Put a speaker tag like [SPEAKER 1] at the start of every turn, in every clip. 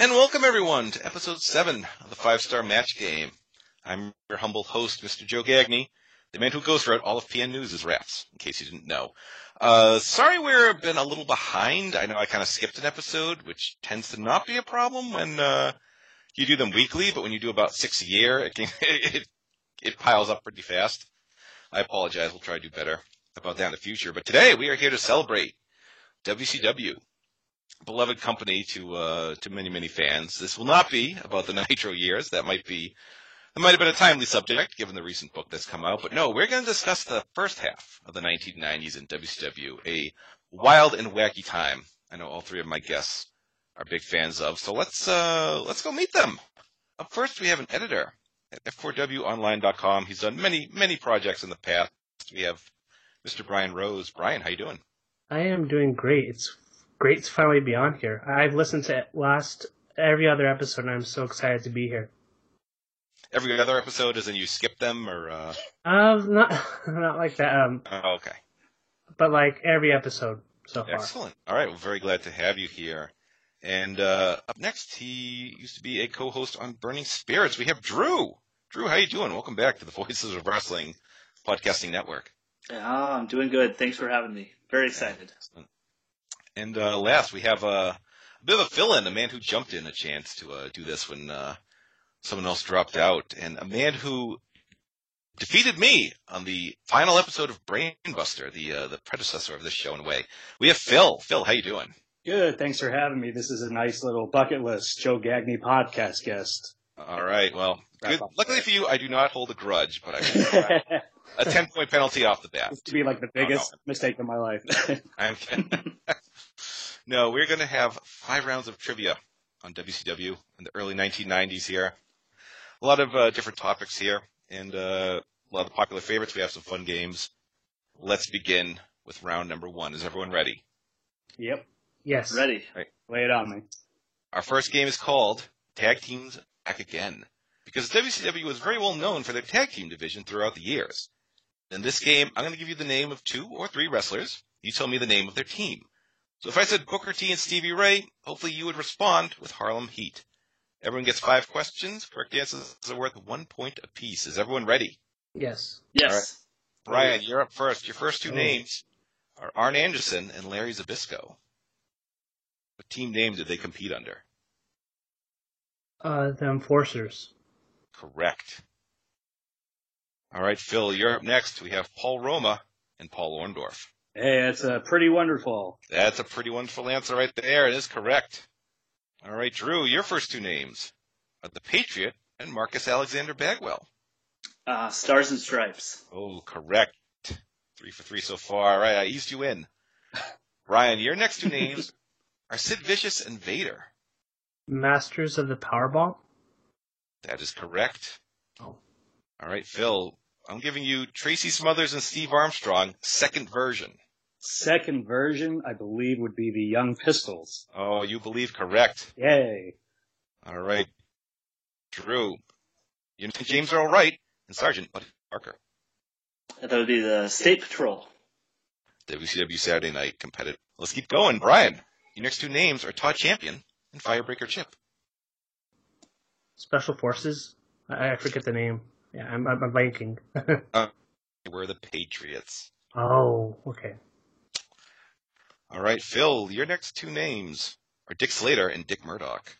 [SPEAKER 1] And welcome everyone to episode seven of the Five Star Match Game. I'm your humble host, Mr. Joe Gagney, the man who ghostwrote all of PN News' raps, in case you didn't know. Uh, sorry we've been a little behind. I know I kind of skipped an episode, which tends to not be a problem when uh, you do them weekly, but when you do about six a year, it, can, it it piles up pretty fast. I apologize. We'll try to do better about that in the future. But today we are here to celebrate WCW, beloved company to uh, to many many fans. This will not be about the Nitro years. That might be that might have been a timely subject given the recent book that's come out. But no, we're going to discuss the first half of the 1990s in WCW, a wild and wacky time. I know all three of my guests are big fans of. So let's uh, let's go meet them. Up first, we have an editor at f4wonline.com. He's done many many projects in the past. We have Mr. Brian Rose. Brian, how you doing?
[SPEAKER 2] I am doing great. It's great to finally be on here. I've listened to last every other episode, and I'm so excited to be here.
[SPEAKER 1] Every other episode, as in you skip them, or uh,
[SPEAKER 2] Uh, not not like that, um,
[SPEAKER 1] oh, okay.
[SPEAKER 2] but like every episode so far.
[SPEAKER 1] Excellent. All right. Well, very glad to have you here. And uh, up next, he used to be a co-host on Burning Spirits. We have Drew. Drew, how you doing? Welcome back to the Voices of Wrestling podcasting network.
[SPEAKER 3] Ah, I'm doing good. Thanks for having me. Very excited.
[SPEAKER 1] Excellent. And uh, last, we have uh, a bit of a fill-in, a man who jumped in a chance to uh, do this when uh, someone else dropped out, and a man who defeated me on the final episode of Brainbuster, the uh, the predecessor of this show in a way. We have Phil. Phil, how you doing?
[SPEAKER 4] Good. Thanks for having me. This is a nice little bucket list Joe Gagney podcast guest.
[SPEAKER 1] All right. Well,
[SPEAKER 4] Wrap
[SPEAKER 1] good.
[SPEAKER 4] up.
[SPEAKER 1] luckily for you, I do not hold a grudge, but
[SPEAKER 4] this
[SPEAKER 1] I
[SPEAKER 4] to
[SPEAKER 1] a ten point penalty off the bat.
[SPEAKER 4] be like the biggest mistake of my life.
[SPEAKER 1] I'm kidding. no, we're going to have five rounds of trivia on WCW in the early 1990s here. A lot of uh, different topics here and uh, a lot of popular favorites. We have some fun games. Let's begin with round number one. Is everyone ready?
[SPEAKER 4] yep.
[SPEAKER 2] Yes.
[SPEAKER 3] Ready.
[SPEAKER 4] Lay it on me.
[SPEAKER 1] Our first game is called Tag Teams Back Again, because WCW was very well known for their tag team division throughout the years. In this game, I'm going to give you the name of two or three wrestlers. You tell me the name of their team. So if I said Booker T and Stevie Ray, hopefully you would respond with Harlem Heat. Everyone gets five questions. Correct answers are worth one point apiece. Is everyone ready?
[SPEAKER 2] Yes.
[SPEAKER 3] Yes.
[SPEAKER 1] Brian, you're up first. Your first two
[SPEAKER 2] Oh.
[SPEAKER 1] names are Arn Anderson and Larry Zabisco. What team name did they compete under?
[SPEAKER 2] Uh, the enforcers.
[SPEAKER 1] Correct. All right, Phil, you're up next. We have Paul Roma and Paul Orndorff.
[SPEAKER 4] Hey, that's uh, pretty wonderful.
[SPEAKER 1] That's a pretty wonderful answer right there. It is correct. All right, Drew, your first two names are the Patriot and Marcus Alexander Bagwell.
[SPEAKER 3] Uh, Stars and Stripes.
[SPEAKER 1] Oh, correct. Three for three so far. All right, I eased you in. Ryan, your next two names are Sid Vicious and Vader.
[SPEAKER 2] Masters of the Powerball.
[SPEAKER 1] That is correct.
[SPEAKER 2] Oh.
[SPEAKER 1] All right, Phil, I'm giving you Tracy Smothers and Steve Armstrong, second version.
[SPEAKER 4] Second version, I believe, would be the Young Pistols.
[SPEAKER 1] Oh, you believe correct.
[SPEAKER 4] Yay.
[SPEAKER 1] All right. Drew. You know, James Earl Wright and Sergeant Buddy Parker.
[SPEAKER 3] That would be the State Patrol.
[SPEAKER 1] WCW Saturday Night competitive. Let's keep going. Brian, your next two names are Todd Champion and Firebreaker Chip.
[SPEAKER 2] Special Forces. I, I forget the name. Yeah, I'm I'm, I'm blanking.
[SPEAKER 1] They were the Patriots.
[SPEAKER 2] oh, okay.
[SPEAKER 1] All right, Phil, your next two names are Dick Slater and Dick Murdoch.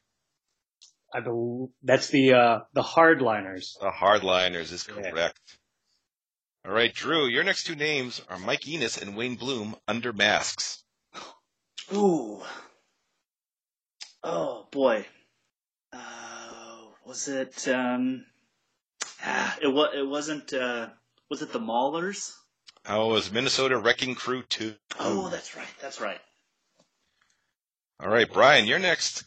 [SPEAKER 4] I bel that's the uh, the Hardliners.
[SPEAKER 1] The Hardliners is
[SPEAKER 4] Yeah.
[SPEAKER 1] correct. All right, Drew, your next two names are Mike Enos and Wayne Bloom under masks.
[SPEAKER 3] Ooh. Oh boy. Uh, was it? Um, ah, it was. It wasn't. Uh, was it the Maulers?
[SPEAKER 1] Oh, it was Minnesota Wrecking Crew 2.
[SPEAKER 3] Oh, that's right. That's right.
[SPEAKER 1] All right, Brian, you're next.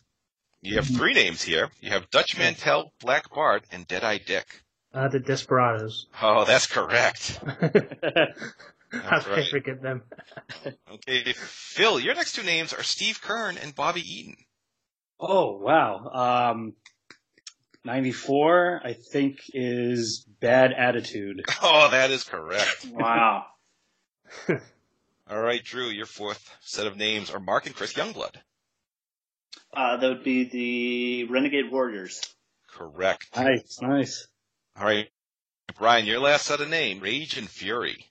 [SPEAKER 1] You have three names here. You have Dutch Mantel, Black Bart, and Deadeye Dick.
[SPEAKER 2] Uh, the Desperados.
[SPEAKER 1] Oh, that's correct.
[SPEAKER 2] How could I
[SPEAKER 1] right.
[SPEAKER 2] forget them?
[SPEAKER 1] Okay, Phil, your next two names are Steve Kern and Bobby Eaton.
[SPEAKER 4] Oh, wow. Um, 94, I think, is Bad Attitude.
[SPEAKER 1] Oh, that is correct.
[SPEAKER 3] Wow.
[SPEAKER 1] All right, Drew, your fourth set of names are Mark and Chris Youngblood.
[SPEAKER 3] Uh, that would be the Renegade Warriors.
[SPEAKER 1] Correct.
[SPEAKER 4] Nice, nice.
[SPEAKER 1] All right, Brian, your last set of name, Rage and Fury.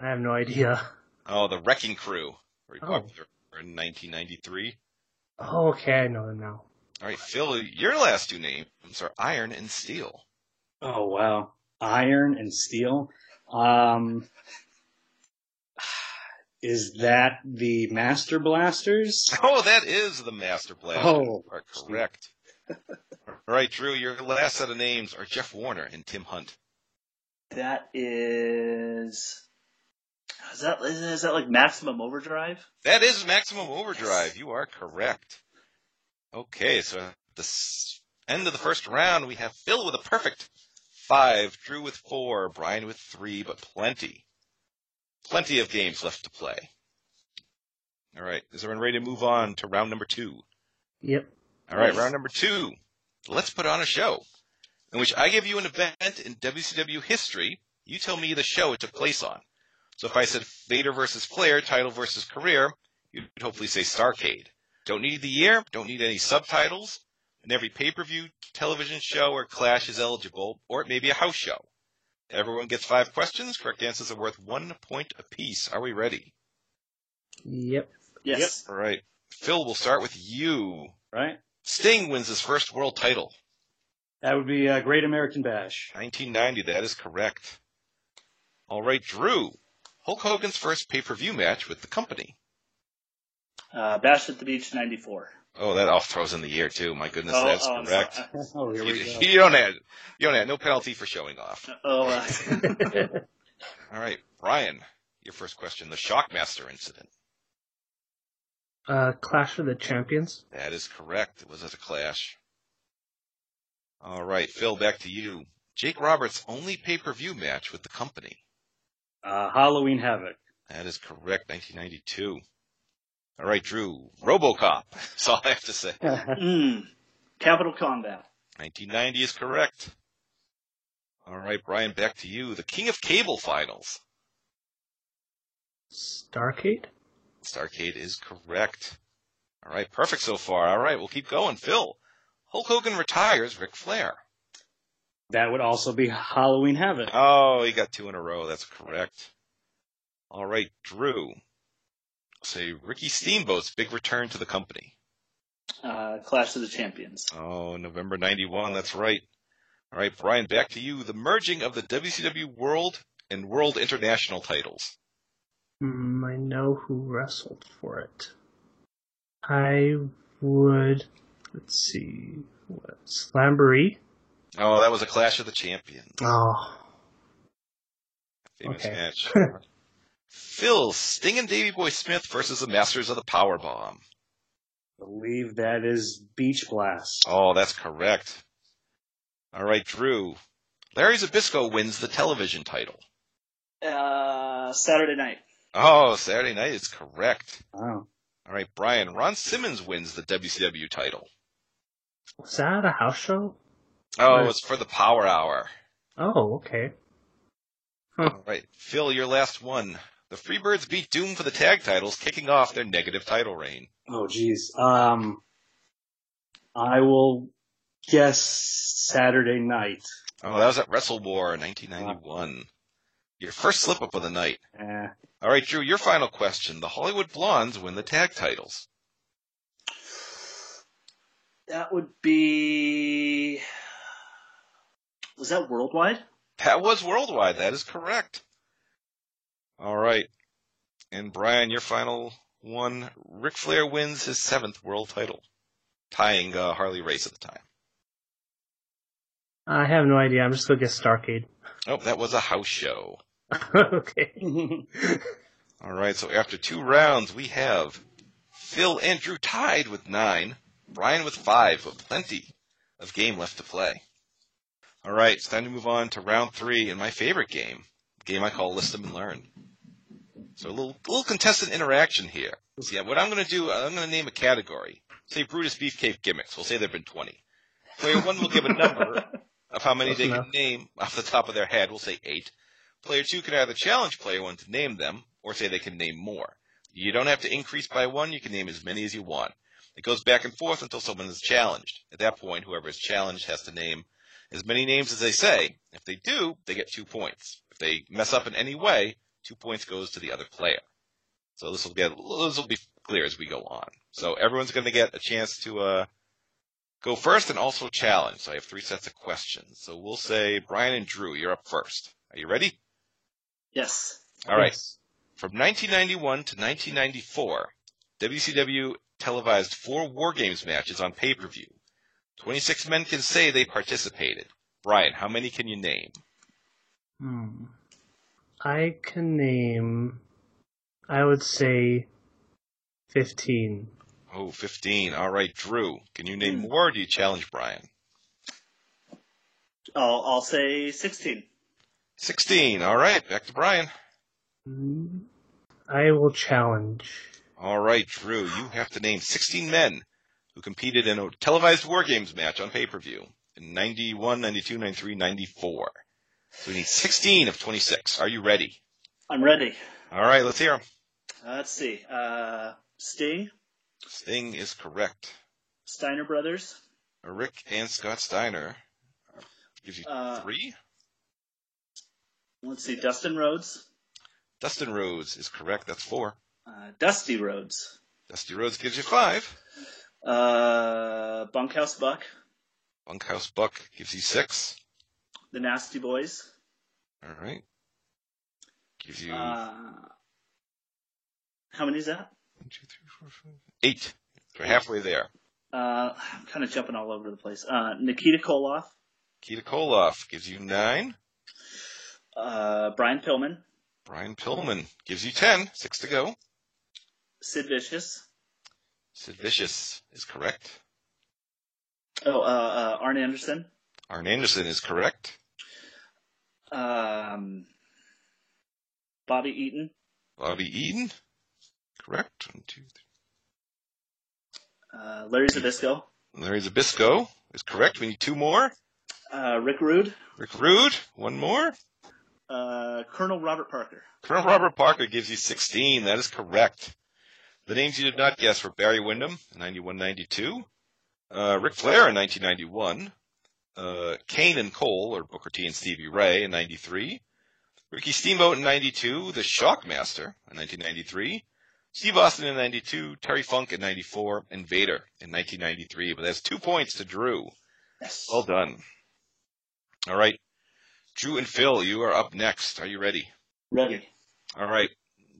[SPEAKER 2] I have no idea.
[SPEAKER 1] Oh, the Wrecking Crew, very
[SPEAKER 2] Oh.
[SPEAKER 1] popular in 1993.
[SPEAKER 2] Oh, okay, I know them now.
[SPEAKER 1] All right, Phil, your last two names are Iron and Steel.
[SPEAKER 4] Oh wow, iron and steel. Um, is that the Master Blasters?
[SPEAKER 1] Oh, that is the Master Blaster.
[SPEAKER 4] Oh.
[SPEAKER 1] You are correct. All right, Drew, your last set of names are Jeff Warner and Tim Hunt.
[SPEAKER 3] That is. Is that is that like maximum overdrive?
[SPEAKER 1] That is Maximum Overdrive. You are correct. Okay, so at the s- end of the first round, we have Phil with a perfect five, Drew with four, Brian with three, but plenty. Plenty of games left to play. All right, is everyone ready to move on to round number two?
[SPEAKER 2] Yep.
[SPEAKER 1] All right, round number two. Let's put on a show in which I give you an event in WCW history. You tell me the show it took place on. So if I said Vader versus Flair, title versus career, you'd hopefully say Starcade. Don't need the year, don't need any subtitles, and every pay-per-view, television show, or clash is eligible, or it may be a house show. Everyone gets five questions. Correct answers are worth one point apiece. Are we ready?
[SPEAKER 2] Yep.
[SPEAKER 3] Yes.
[SPEAKER 1] All right. Phil, we'll start with you.
[SPEAKER 4] Right.
[SPEAKER 1] Sting wins his first world title.
[SPEAKER 4] That would be a Great American Bash.
[SPEAKER 1] 1990, that is correct. All right, Drew. Hulk Hogan's first pay per view match with the company.
[SPEAKER 3] Uh, Bash at the Beach '94.
[SPEAKER 1] Oh, that all throws in the year, too. My goodness,
[SPEAKER 3] Oh,
[SPEAKER 1] that's
[SPEAKER 3] oh, I'm
[SPEAKER 1] correct.
[SPEAKER 3] sorry.
[SPEAKER 4] Oh, here
[SPEAKER 1] You,
[SPEAKER 4] we go.
[SPEAKER 1] you don't have, you don't have no penalty for showing off.
[SPEAKER 3] Oh, uh,
[SPEAKER 1] All right, Brian, your first question the Shockmaster incident.
[SPEAKER 2] uh, Clash of the Champions.
[SPEAKER 1] That is correct. It was at a clash. All right, Phil, back to you. Jake Roberts' only pay per view match with the company.
[SPEAKER 4] Uh, Halloween Havoc.
[SPEAKER 1] That is correct, 1992. All right, Drew. Robocop. That's all I have to say.
[SPEAKER 3] mm, Capital Combat.
[SPEAKER 1] 1990 is correct. All right, Brian, back to you. The King of Cable finals.
[SPEAKER 2] Starcade?
[SPEAKER 1] Starcade is correct. All right, perfect so far. All right, we'll keep going. Phil, Hulk Hogan retires Ric Flair.
[SPEAKER 4] that would also be Halloween Havoc.
[SPEAKER 1] Oh, he got two in a row. That's correct. All right, Drew. Say Ricky Steamboat's big return to the company.
[SPEAKER 3] Uh, Clash of the Champions.
[SPEAKER 1] Oh, November 91, that's right. All right, Brian, back to you. The merging of the WCW World and World International titles.
[SPEAKER 2] Mm, I know who wrestled for it. I would. Let's see. What? Slamboree?
[SPEAKER 1] Oh, that was a Clash of the Champions.
[SPEAKER 2] Oh.
[SPEAKER 1] Famous
[SPEAKER 2] Okay.
[SPEAKER 1] match. Phil, Sting and Davey Boy Smith versus the Masters of the Power Bomb.
[SPEAKER 4] I believe that is Beach Blast.
[SPEAKER 1] Oh, that's correct. All right, Drew. Larry Zabisco wins the television title.
[SPEAKER 3] Uh, Saturday Night.
[SPEAKER 1] Oh, Saturday night is correct.
[SPEAKER 4] Wow.
[SPEAKER 1] All right, Brian. Ron Simmons wins the WCW title.
[SPEAKER 2] Was that a house show?
[SPEAKER 1] Oh,
[SPEAKER 2] Right.
[SPEAKER 1] it's for the Power Hour.
[SPEAKER 2] Oh, okay.
[SPEAKER 1] All right, Phil, your last one. The Freebirds beat Doom for the tag titles, kicking off their negative title reign.
[SPEAKER 4] Oh, geez. Um, I will guess Saturday night.
[SPEAKER 1] Oh, that was at Wrestle War 1991. Your first slip up of the night.
[SPEAKER 4] Eh,
[SPEAKER 1] All right, Drew, your final question. The Hollywood Blondes win the tag titles.
[SPEAKER 3] That would be. Was that worldwide?
[SPEAKER 1] That was worldwide. That is correct. All right. And Brian, your final one. Ric Flair wins his seventh world title, tying uh, Harley Race at the time.
[SPEAKER 2] I have no idea. I'm just gonna guess Starcade.
[SPEAKER 1] Oh, that was a house show.
[SPEAKER 2] okay.
[SPEAKER 1] All right, so after two rounds, we have Phil and Drew tied with nine, Brian with five, but plenty of game left to play. All right, it's time to move on to round three and my favorite game, the game I call List 'em and Learn. So a little, little contestant interaction here. So yeah, what I'm going to do, I'm going to name a category. Say Brutus Beefcake gimmicks. We'll say there've been 20. Player one will give a number of how many
[SPEAKER 2] Close
[SPEAKER 1] they can
[SPEAKER 2] enough.
[SPEAKER 1] name off the top of their head. We'll say eight. Player two can either challenge player one to name them or say they can name more. You don't have to increase by one. You can name as many as you want. It goes back and forth until someone is challenged. At that point, whoever is challenged has to name as many names as they say. If they do, they get two points. If they mess up in any way, two points goes to the other player. So this will get this will be clear as we go on. So everyone's going to get a chance to uh, go first and also challenge. So I have three sets of questions. So we'll say Brian and Drew, you're up first. Are you ready?
[SPEAKER 3] Yes.
[SPEAKER 1] All right. From 1991 to 1994, WCW televised four War Games matches on pay-per-view. 26 men can say they participated. Brian, how many can you name?
[SPEAKER 2] Hmm. I can name, I would say, 15.
[SPEAKER 1] Oh, 15. All right, Drew. Can you name
[SPEAKER 3] Hmm.
[SPEAKER 1] more or do you challenge Brian?
[SPEAKER 3] I'll, I'll say 16.
[SPEAKER 1] 16. All right, back to Brian.
[SPEAKER 2] Hmm. I will challenge.
[SPEAKER 1] All right, Drew. You have to name 16 men who competed in a televised War Games match on pay-per-view in 91, 92, 93, 94. So we need 16 of 26. Are you ready?
[SPEAKER 3] I'm ready.
[SPEAKER 1] All right, let's hear 'em.
[SPEAKER 3] Uh, let's see. Uh, Sting,
[SPEAKER 1] Sting is correct.
[SPEAKER 3] Steiner Brothers,
[SPEAKER 1] Rick and Scott Steiner. Gives you
[SPEAKER 3] Uh,
[SPEAKER 1] three.
[SPEAKER 3] let's see, Dustin Rhodes,
[SPEAKER 1] Dustin Rhodes is correct. That's four.
[SPEAKER 3] uh, Dusty Rhodes,
[SPEAKER 1] Dusty Rhodes gives you five.
[SPEAKER 3] uh, Bunkhouse Buck,
[SPEAKER 1] Bunkhouse Buck gives you six.
[SPEAKER 3] The Nasty Boys,
[SPEAKER 1] All right. Gives you
[SPEAKER 3] uh, how many is that?
[SPEAKER 1] one, two, three, four, five, eight. So we're halfway there.
[SPEAKER 3] Uh, I'm kind of jumping all over the place. Uh, Nikita Koloff,
[SPEAKER 1] Kita Koloff gives you nine.
[SPEAKER 3] uh, Brian Pillman,
[SPEAKER 1] Brian Pillman gives you ten. Six to go.
[SPEAKER 3] Sid Vicious,
[SPEAKER 1] Sid Vicious is correct.
[SPEAKER 3] oh, uh, uh, Arn Anderson,
[SPEAKER 1] Arn Anderson is correct.
[SPEAKER 3] um, Bobby Eaton,
[SPEAKER 1] Bobby Eaton, correct. One, two,
[SPEAKER 3] uh, Larry Zabisco,
[SPEAKER 1] three. Larry Zabisco is correct. We need two more.
[SPEAKER 3] uh, Rick Rude,
[SPEAKER 1] Rick Rude, one more.
[SPEAKER 3] uh, Colonel Robert Parker.
[SPEAKER 1] Colonel Robert Parker gives you 16. That is correct. The names you did not guess were Barry Windham, 91 92, uh, Ric Flair in 1991, uh, Kane and Cole, or Booker T and Stevie Ray in 93, Ricky Steamboat in 92, The Shockmaster in 1993, Steve Austin in 92, Terry Funk in 94, and Vader in 1993. But that's two points to Drew.
[SPEAKER 3] Yes.
[SPEAKER 1] Well done. All right. Drew and Phil, you are up next. Are you ready?
[SPEAKER 3] Ready.
[SPEAKER 1] All right.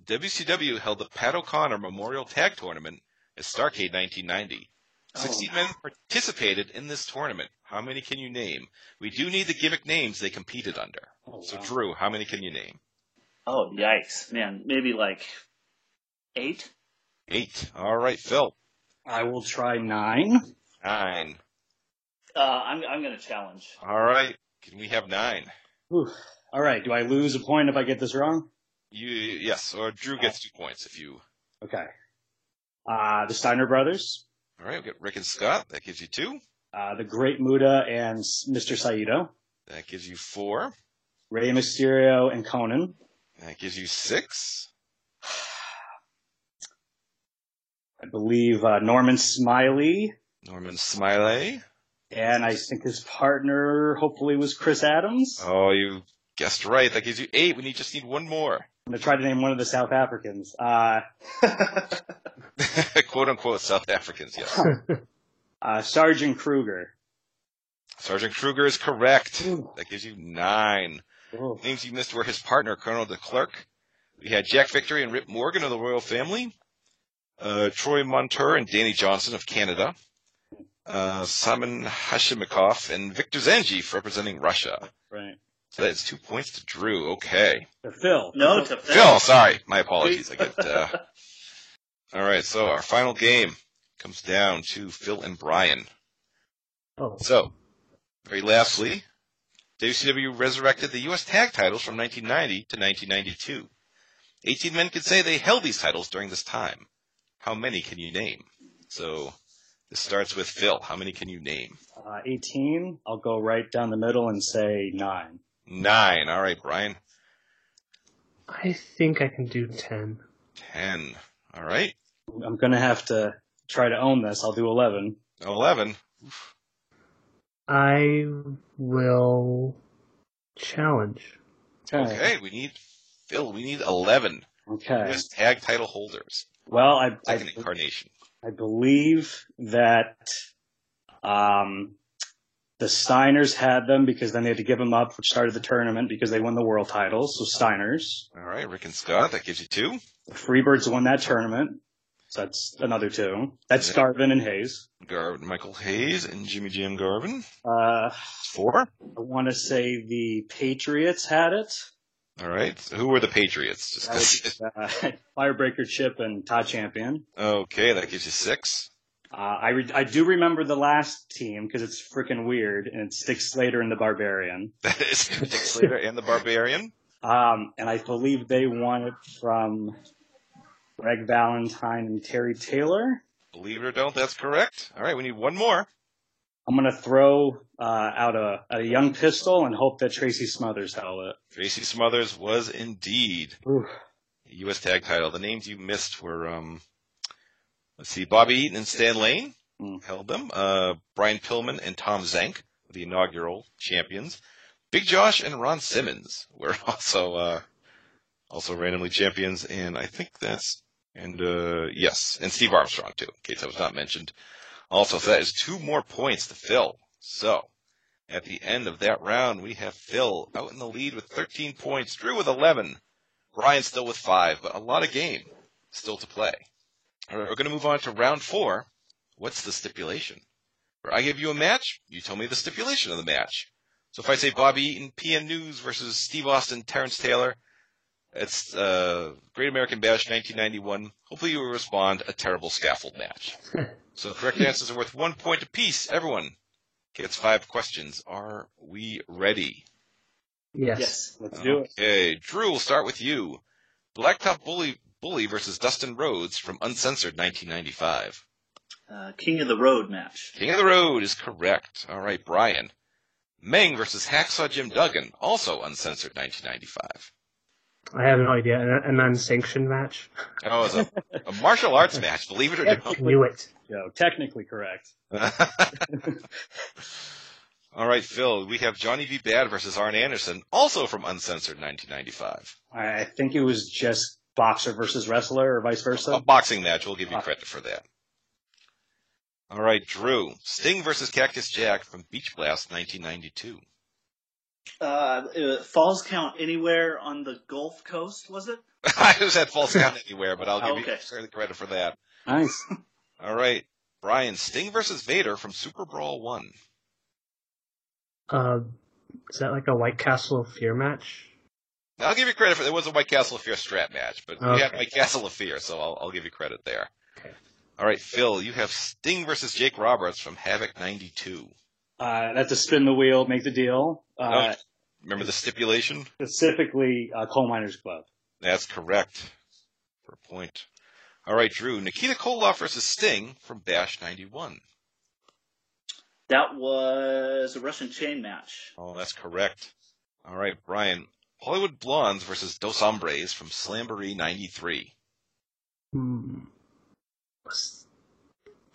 [SPEAKER 1] WCW held the Pat O'Connor Memorial Tag Tournament at Starcade 1990.
[SPEAKER 4] Oh.
[SPEAKER 3] Oh.
[SPEAKER 1] 60 men participated in this tournament. How many can you name? We do need the gimmick names they competed under.
[SPEAKER 4] Oh,
[SPEAKER 1] So,
[SPEAKER 4] wow.
[SPEAKER 1] Drew, how many can you name?
[SPEAKER 3] Oh, yikes. Man, maybe like eight?
[SPEAKER 1] Eight. All right, Phil.
[SPEAKER 4] I will try nine.
[SPEAKER 1] Nine.
[SPEAKER 3] Uh, I'm, I'm going to challenge.
[SPEAKER 1] All right. Can we have nine?
[SPEAKER 4] Whew. All right. Do I lose a point if I get this wrong?
[SPEAKER 1] You yes, or Drew gets two points if you.
[SPEAKER 4] Okay. Uh, the Steiner brothers,
[SPEAKER 1] All right, we got Rick and Scott. That gives you two.
[SPEAKER 4] uh, the Great Muda and S- Mr. Saito,
[SPEAKER 1] That gives you four.
[SPEAKER 4] Rey Mysterio and Conan.
[SPEAKER 1] That gives you six.
[SPEAKER 4] I believe uh, Norman Smiley,
[SPEAKER 1] Norman Smiley.
[SPEAKER 4] and I think his partner hopefully was Chris Adams.
[SPEAKER 1] Oh, you guessed right. That gives you eight. We need just need one more.
[SPEAKER 4] I'm gonna try to name one of the South Africans. Uh,
[SPEAKER 1] Quote unquote South Africans, yes.
[SPEAKER 4] uh, Sergeant Kruger.
[SPEAKER 1] Sergeant Kruger is correct.
[SPEAKER 4] Ooh.
[SPEAKER 1] That gives you nine.
[SPEAKER 4] Ooh.
[SPEAKER 1] Names you missed were his partner, Colonel de Klerk. We had Jack Victory and Rip Morgan of the Royal Family. Uh, Troy Montour and Danny Johnson of Canada. Uh, Simon Hashimikov and Victor Zenji for representing Russia.
[SPEAKER 4] Right.
[SPEAKER 1] So that is two points to Drew. Okay.
[SPEAKER 4] Uh, Phil.
[SPEAKER 3] No, to
[SPEAKER 1] Phil, sorry. My apologies. I get, uh, all right. So our final game comes down to Phil and Brian.
[SPEAKER 2] Oh,
[SPEAKER 1] So, very lastly, WCW resurrected the U.S. tag titles from 1990 to 1992. 18 men could say they held these titles during this time. How many can you name? So, this starts with Phil. How many can you name?
[SPEAKER 4] Uh, 18. I'll go right down the middle and say nine.
[SPEAKER 1] Nine. All right, Brian.
[SPEAKER 2] I think I can do 10.
[SPEAKER 1] Ten. All right.
[SPEAKER 4] I'm gonna have to try to own this. I'll do eleven.
[SPEAKER 1] Oh, 11.
[SPEAKER 2] I will challenge.
[SPEAKER 1] Okay, we need Phil. We need 11.
[SPEAKER 4] Okay.
[SPEAKER 1] Just tag title holders.
[SPEAKER 4] Well, I,
[SPEAKER 1] Second
[SPEAKER 4] I
[SPEAKER 1] incarnation.
[SPEAKER 4] I believe that um, the Steiners had them because then they had to give them up, which started the tournament because they won the world titles. So Steiners,
[SPEAKER 1] All right, Rick and Scott. That gives you two.
[SPEAKER 4] the Freebirds won that tournament. So that's another two. That's
[SPEAKER 1] Yeah.
[SPEAKER 4] Garvin and Hayes.
[SPEAKER 1] Garvin, Michael Hayes and Jimmy Jim Garvin.
[SPEAKER 4] Uh,
[SPEAKER 1] Four.
[SPEAKER 4] I want to say the Patriots had it.
[SPEAKER 1] All right. So who were the Patriots? Just
[SPEAKER 4] That
[SPEAKER 1] 'cause-
[SPEAKER 4] was, uh, Firebreaker Chip and Todd Champion.
[SPEAKER 1] okay, that gives you six.
[SPEAKER 4] Uh, I re- I do remember the last team because it's freaking weird and it's Dick Slater and the Barbarian.
[SPEAKER 1] That is Dick Slater and the Barbarian.
[SPEAKER 4] Um, and I believe they won it from Greg Valentine and Terry Taylor.
[SPEAKER 1] Believe it or don't, that's correct. All right, we need one more.
[SPEAKER 4] I'm gonna throw uh, out a, a young pistol and hope that Tracy Smothers held it.
[SPEAKER 1] Tracy Smothers was indeed
[SPEAKER 4] Ooh.
[SPEAKER 1] a U.S. tag title. The names you missed were, um, let's see, Bobby Eaton and Stan Lane
[SPEAKER 4] Mm.
[SPEAKER 1] held them. Uh, Brian Pillman and Tom Zank, the inaugural champions. Big Josh and Ron Simmons were also uh, also randomly champions, and I think that's and uh, yes, and Steve Armstrong too, in case I was not mentioned. Also, so that is two more points to Phil. So at the end of that round, we have Phil out in the lead with 13 points, Drew with 11, Brian still with five, but a lot of game still to play. All right, we're going to move on to round four. What's the stipulation? Where I give you a match, you tell me the stipulation of the match. So if I say Bobby Eaton, PN News versus Steve Austin, Terrence Taylor, it's uh, Great American Bash 1991. Hopefully you will respond a terrible scaffold match. so the correct answers are worth one point apiece. Everyone gets five questions. Are we ready?
[SPEAKER 2] Yes.
[SPEAKER 3] Yes.
[SPEAKER 4] Let's do it.
[SPEAKER 1] Okay, Drew, we'll start with you. Blacktop Bully Bully versus Dustin Rhodes from Uncensored 1995.
[SPEAKER 3] Uh, King of the Road match.
[SPEAKER 1] King of the Road is correct. All right, Brian. Meng versus Hacksaw Jim Duggan, also Uncensored 1995.
[SPEAKER 2] I have no idea. An, an unsanctioned match.
[SPEAKER 1] That was a, a martial arts match, believe it or
[SPEAKER 2] I
[SPEAKER 1] not.
[SPEAKER 2] knew it.
[SPEAKER 4] Joe. Technically correct.
[SPEAKER 1] All right, Phil, we have Johnny B. Bad versus Arn Anderson, also from Uncensored 1995.
[SPEAKER 4] I, I think it was just boxer versus wrestler or vice
[SPEAKER 1] a
[SPEAKER 4] versa.
[SPEAKER 1] boxing match. We'll give
[SPEAKER 2] Uh,
[SPEAKER 1] you credit for that. All right, Drew. Sting versus Cactus Jack from Beach Blast 1992.
[SPEAKER 3] Uh, uh, falls count anywhere on the Gulf Coast, was it?
[SPEAKER 1] I was at false count anywhere, but I'll give you
[SPEAKER 3] Okay.
[SPEAKER 1] certainly credit for that.
[SPEAKER 4] Nice.
[SPEAKER 1] All right, Brian. Sting versus Vader from Super Brawl 1.
[SPEAKER 2] Uh, is that like a White Castle of Fear match?
[SPEAKER 1] Now, I'll give you credit for it was a White Castle of Fear strap match, but we had
[SPEAKER 2] Okay.
[SPEAKER 1] White Castle of Fear, so I'll, I'll give you credit there.
[SPEAKER 2] Okay.
[SPEAKER 1] All right, Phil. You have Sting versus Jake Roberts from Havoc 92.
[SPEAKER 4] Uh, that's a spin the wheel, make the deal.
[SPEAKER 1] Oh.
[SPEAKER 4] Uh,
[SPEAKER 1] Remember the stipulation?
[SPEAKER 4] Specifically, uh, coal miners club.
[SPEAKER 1] That's correct. For a point. All right, Drew. Nikita Koloff versus Sting from Bash 91.
[SPEAKER 3] That was a Russian chain match.
[SPEAKER 1] Oh, that's correct. All right, Brian. Hollywood Blondes versus Dos Hombres from Slamboree 93.
[SPEAKER 2] Hmm. Was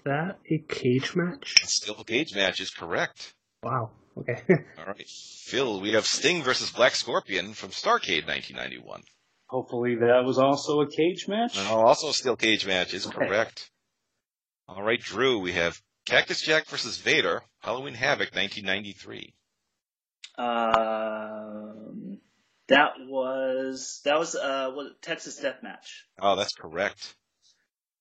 [SPEAKER 2] that a cage match?
[SPEAKER 1] Steel cage match is correct.
[SPEAKER 2] Wow. Okay.
[SPEAKER 1] All right, Phil. We have Sting versus Black Scorpion from Starcade 1991.
[SPEAKER 4] Hopefully, that was also a cage match.
[SPEAKER 1] Oh, also steel cage match is correct. All right, Drew. We have Cactus Jack versus Vader, Halloween Havoc 1993.
[SPEAKER 3] Um, that was that was uh what, Texas Death Match.
[SPEAKER 1] Oh, that's correct.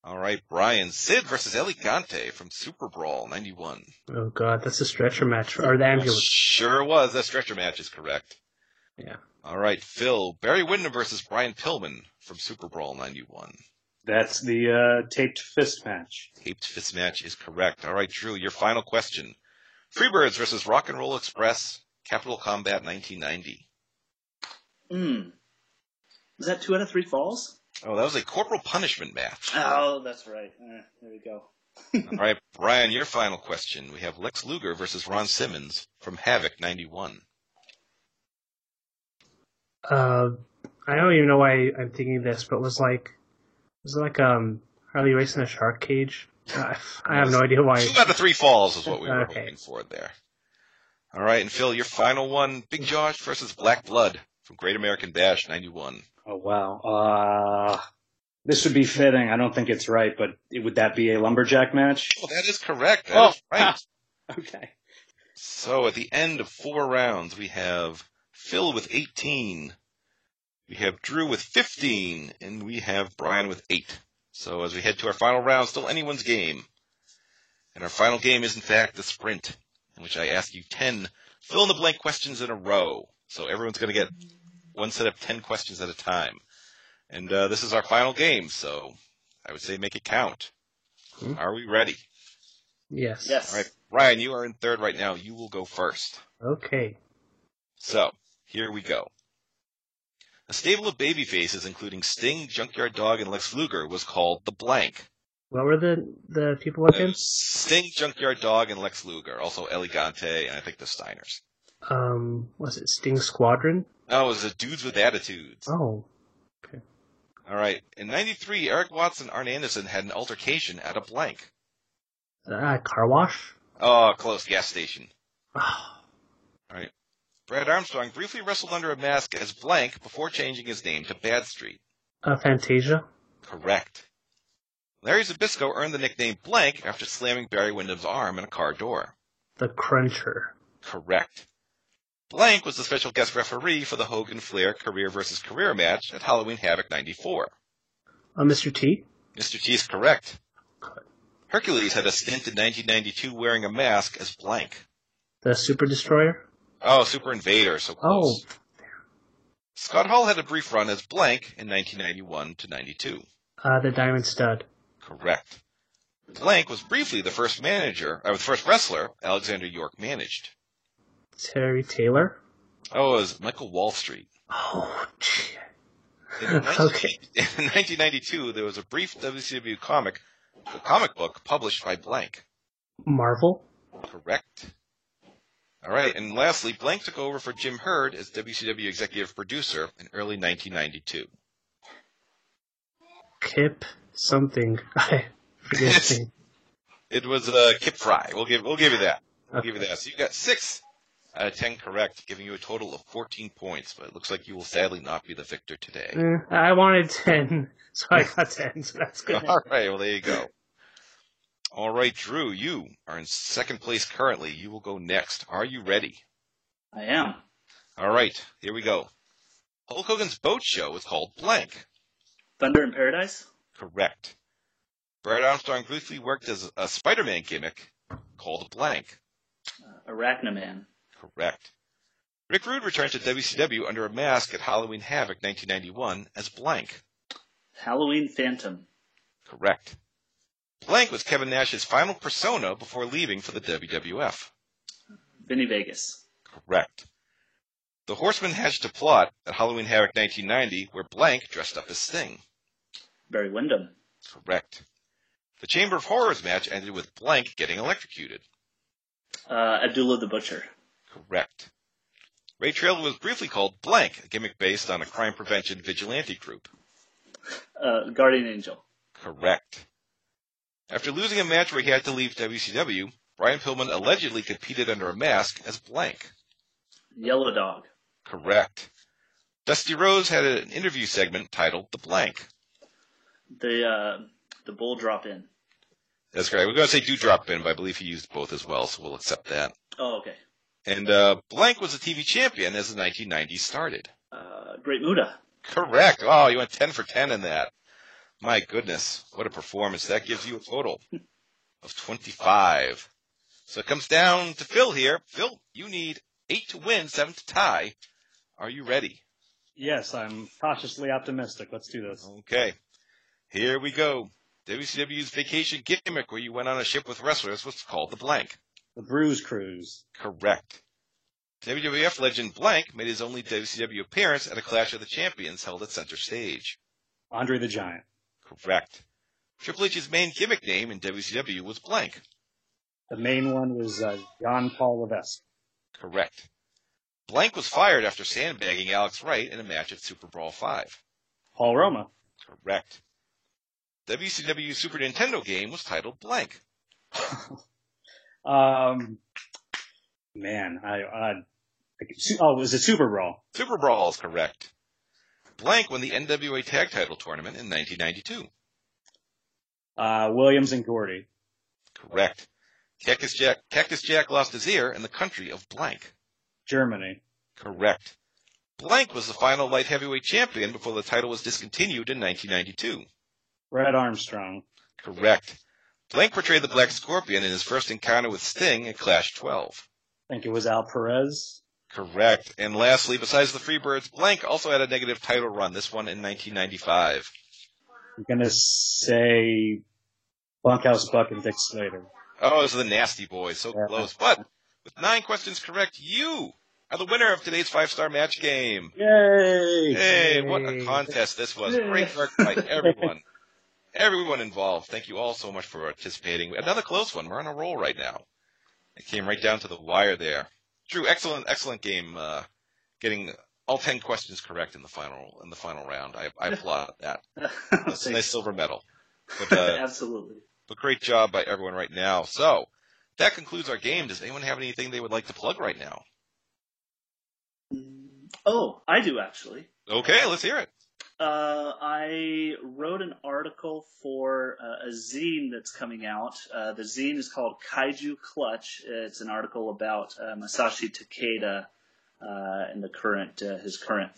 [SPEAKER 1] All right, Brian. Sid versus Elegante from Super Brawl 91.
[SPEAKER 2] oh god, that's a stretcher match or the ambulance.
[SPEAKER 1] Sure was. That stretcher match is correct.
[SPEAKER 2] Yeah.
[SPEAKER 1] All right, Phil. Barry Windham versus Brian Pillman from Super Brawl 91.
[SPEAKER 4] That's the uh, taped fist match.
[SPEAKER 1] Taped fist match is correct. All right, Drew, your final question. Freebirds versus Rock and Roll Express, Capital Combat 1990.
[SPEAKER 3] Mm. Was that two out of three falls?
[SPEAKER 1] Oh, that was a corporal punishment match.
[SPEAKER 3] Oh, that's right. Eh, there we go.
[SPEAKER 1] All right, Brian, your final question. We have Lex Luger versus Ron Simmons from Havoc 91.
[SPEAKER 2] Uh, I don't even know why I'm thinking this, but was like was it like um Harley racing a shark cage? I I have no idea why.
[SPEAKER 1] Two out of three falls is what we were
[SPEAKER 2] Okay.
[SPEAKER 1] hoping for there. All right, and Phil, your final one: Big Josh versus Black Blood from Great American Bash '91.
[SPEAKER 4] Oh wow. Uh, this would be fitting. I don't think it's right, but it, would that be a lumberjack match?
[SPEAKER 1] Oh, that is correct. That
[SPEAKER 4] Oh.
[SPEAKER 1] is right.
[SPEAKER 4] Okay.
[SPEAKER 1] So at the end of four rounds, we have Phil with 18, we have Drew with 15, and we have Brian with 8. So as we head to our final round, still anyone's game. And our final game is, in fact, the sprint, in which I ask you 10 fill in the blank questions in a row. So everyone's going to get one set of 10 questions at a time. And uh, this is our final game, so I would say make it count.
[SPEAKER 2] Hmm.
[SPEAKER 1] Are we ready?
[SPEAKER 2] Yes.
[SPEAKER 3] Yes.
[SPEAKER 1] All right, Ryan, you are in third right now. You will go first.
[SPEAKER 2] Okay.
[SPEAKER 1] So, here we go. A stable of babyfaces, including Sting, Junkyard Dog, and Lex Luger, was called the Blank.
[SPEAKER 2] What were the the people against?
[SPEAKER 1] Sting, Junkyard Dog, and Lex Luger, also Elegante, and I think the Steiners.
[SPEAKER 2] Um, was it Sting Squadron?
[SPEAKER 1] No, it was the Dudes with Attitudes.
[SPEAKER 2] Oh,
[SPEAKER 1] All right. In 93, Eric Watts and Arn Anderson had an altercation at a Blank.
[SPEAKER 2] uh, car wash.
[SPEAKER 1] Oh, close. Gas station.
[SPEAKER 2] Ah,
[SPEAKER 1] Brad Armstrong briefly wrestled under a mask as Blank before changing his name to Bad Street.
[SPEAKER 2] uh, Fantasia.
[SPEAKER 1] Correct. Larry Zabisco earned the nickname Blank after slamming Barry Windham's arm in a car door.
[SPEAKER 2] The Cruncher.
[SPEAKER 1] Correct. Blank was the special guest referee for the Hogan Flair career versus career match at Halloween Havoc 94.
[SPEAKER 2] Uh, Mr. T.
[SPEAKER 1] Mr. T is correct. Hercules had a stint in 1992 wearing a mask as Blank.
[SPEAKER 2] The Super Destroyer.
[SPEAKER 1] Oh, Super Invader, so
[SPEAKER 2] Oh,
[SPEAKER 1] close. Scott Hall had a brief run as Blank in 1991 to 92.
[SPEAKER 2] uh, the Diamond Stud.
[SPEAKER 1] Correct. Blank was briefly the first manager, or the first wrestler Alexander York managed.
[SPEAKER 2] Terry Taylor.
[SPEAKER 1] Oh, it was Michael Wall Street.
[SPEAKER 2] Oh, gee.
[SPEAKER 1] In 19-
[SPEAKER 2] Okay.
[SPEAKER 1] In 1992, there was a brief WCW comic, a comic book published by Blank.
[SPEAKER 2] Marvel.
[SPEAKER 1] Correct. All right, and lastly, Blank took over for Jim Hurd as WCW executive producer in early 1992.
[SPEAKER 2] Kip. Something. I forget his name.
[SPEAKER 1] It was uh, Kip Fry. We'll give we'll give you that. We'll give you
[SPEAKER 2] Okay.
[SPEAKER 1] that. So you got six out of ten correct, giving you a total of 14 points. But it looks like you will sadly not be the victor today.
[SPEAKER 2] Eh, I wanted ten, so I got ten. So that's good.
[SPEAKER 1] All right, well, there you go. All right, Drew, you are in second place currently. You will go next. Are you ready?
[SPEAKER 3] I am.
[SPEAKER 1] All right, here we go. Hulk Hogan's boat show is called Blank.
[SPEAKER 3] Thunder in Paradise.
[SPEAKER 1] Correct. Brad Armstrong briefly worked as a Spider Man gimmick called Blank.
[SPEAKER 3] uh, Arachnoman.
[SPEAKER 1] Correct. Rick Rude returned to WCW under a mask at Halloween Havoc 1991 as Blank.
[SPEAKER 3] Halloween Phantom.
[SPEAKER 1] Correct. Blank was Kevin Nash's final persona before leaving for the WWF.
[SPEAKER 3] Vinny Vegas.
[SPEAKER 1] Correct. The Horsemen hatched a plot at Halloween Havoc 1990 where Blank dressed up as Sting.
[SPEAKER 3] Barry Windham.
[SPEAKER 1] Correct. The Chamber of Horrors match ended with Blank getting electrocuted.
[SPEAKER 3] Uh, Abdullah the Butcher.
[SPEAKER 1] Correct. Ray Trailer was briefly called Blank, a gimmick based on a crime prevention vigilante group.
[SPEAKER 3] Uh, Guardian Angel.
[SPEAKER 1] Correct. After losing a match where he had to leave WCW, Brian Pillman allegedly competed under a mask as Blank.
[SPEAKER 3] Yellow Dog.
[SPEAKER 1] Correct. Dusty Rose had an interview segment titled The Blank.
[SPEAKER 3] The uh, the Bull Drop In.
[SPEAKER 1] That's correct. We're going to say do drop in, but I believe he used both as well, so we'll accept that.
[SPEAKER 3] Oh, okay.
[SPEAKER 1] And uh, Blank was a TV champion as the 1990s started.
[SPEAKER 3] Uh, Great Muda.
[SPEAKER 1] Correct. Wow, you went 10 for 10 in that. My goodness, what a performance. That gives you a total of 25. So it comes down to Phil here. Phil, you need 8 to win, 7 to tie. Are you ready?
[SPEAKER 4] Yes, I'm cautiously optimistic. Let's do this.
[SPEAKER 1] Okay. Here we go. WCW's vacation gimmick where you went on a ship with wrestlers was called the Blank.
[SPEAKER 4] The Bruise Cruise.
[SPEAKER 1] Correct. WWF legend Blank made his only WCW appearance at a Clash of the Champions held at Center Stage.
[SPEAKER 4] Andre the Giant.
[SPEAKER 1] Correct. Triple H's main gimmick name in WCW was Blank.
[SPEAKER 4] The main one was uh, John Paul Levesque.
[SPEAKER 1] Correct. Blank was fired after sandbagging Alex Wright in a match at Super Brawl 5.
[SPEAKER 4] Paul Roma.
[SPEAKER 1] Correct. WCW Super Nintendo game was titled blank.
[SPEAKER 4] um, man, I, I, I could- su- oh, was it Super Brawl?
[SPEAKER 1] Super Brawl is correct. Blank won the NWA Tag Title Tournament in 1992.
[SPEAKER 4] Uh, Williams and Gordy.
[SPEAKER 1] Correct. Cactus Jack, Cactus Jack lost his ear in the country of blank.
[SPEAKER 4] Germany.
[SPEAKER 1] Correct. Blank was the final light heavyweight champion before the title was discontinued in 1992.
[SPEAKER 4] Red Armstrong.
[SPEAKER 1] Correct. Blank portrayed the Black Scorpion in his first encounter with Sting at Clash 12.
[SPEAKER 4] I think it was Al Perez.
[SPEAKER 1] Correct. And lastly, besides the Freebirds, Blank also had a negative title run, this one in 1995.
[SPEAKER 4] I'm gonna say Bunkhouse Buck and Dick Slater.
[SPEAKER 1] Oh, those are the nasty boys, so
[SPEAKER 4] Yeah.
[SPEAKER 1] close. But with nine questions correct, you are the winner of today's five star match game.
[SPEAKER 4] Yay!
[SPEAKER 1] Hey, what
[SPEAKER 2] Yay.
[SPEAKER 1] a contest this was.
[SPEAKER 3] Yeah.
[SPEAKER 1] Great work by everyone. Everyone involved. Thank you all so much for participating. Another close one. We're on a roll right now. It came right down to the wire there. Drew, excellent, excellent game. Uh, getting all ten questions correct in the final in the final round. I, I applaud that. That's a nice silver medal. But, uh,
[SPEAKER 3] Absolutely.
[SPEAKER 1] but great job by everyone right now. So that concludes our game. Does anyone have anything they would like to plug right now?
[SPEAKER 3] Oh, I do actually.
[SPEAKER 1] Okay, let's hear it.
[SPEAKER 3] Uh, I wrote an article for uh, a zine that's coming out. Uh, the zine is called Kaiju Clutch. It's an article about uh, Masashi Takeda uh, and the current uh, his current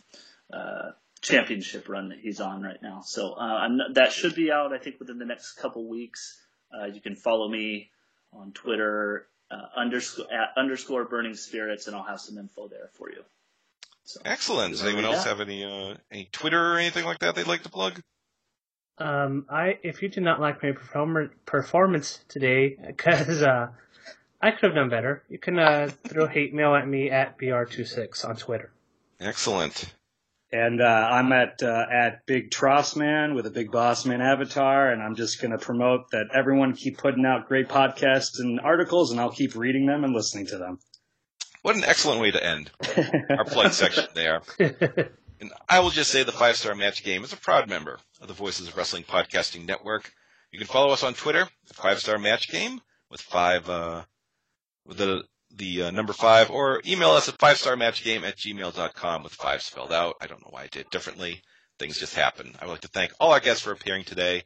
[SPEAKER 3] uh, championship run that he's on right now. So uh, I'm, that should be out, I think, within the next couple weeks. Uh, you can follow me on Twitter uh, underscore at underscore Burning Spirits, and I'll have some info there for you. So.
[SPEAKER 1] Excellent. Does anyone else have any uh, any Twitter or anything like that they'd like to plug?
[SPEAKER 2] Um, I if you did not like my perform- performance today, because uh, I could have done better. You can uh, throw hate mail at me at br26 on Twitter.
[SPEAKER 1] Excellent.
[SPEAKER 4] And uh, I'm at uh, at Big Trossman with a Big Bossman avatar, and I'm just gonna promote that everyone keep putting out great podcasts and articles, and I'll keep reading them and listening to them.
[SPEAKER 1] What an excellent way to end our plug section there. And I will just say the five star match game is a proud member of the Voices of Wrestling Podcasting Network. You can follow us on Twitter, five star match game with five uh, with the the uh, number five, or email us at five star match game at gmail.com with five spelled out. I don't know why I did differently. Things just happen. I would like to thank all our guests for appearing today.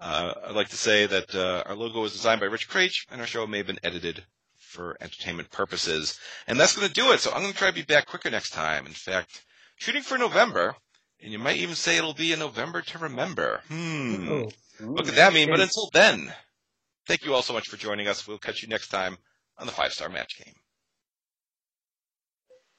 [SPEAKER 1] Uh, I'd like to say that uh, our logo was designed by Rich Craich, and our show may have been edited for entertainment purposes. And that's going to do it. So I'm going to try to be back quicker next time. In fact, shooting for November, and you might even say it'll be a November to remember. Hmm.
[SPEAKER 2] Oh.
[SPEAKER 1] Look at that mean. But
[SPEAKER 2] Thanks.
[SPEAKER 1] until then, thank you all so much for joining us. We'll catch you next time on the Five Star Match Game.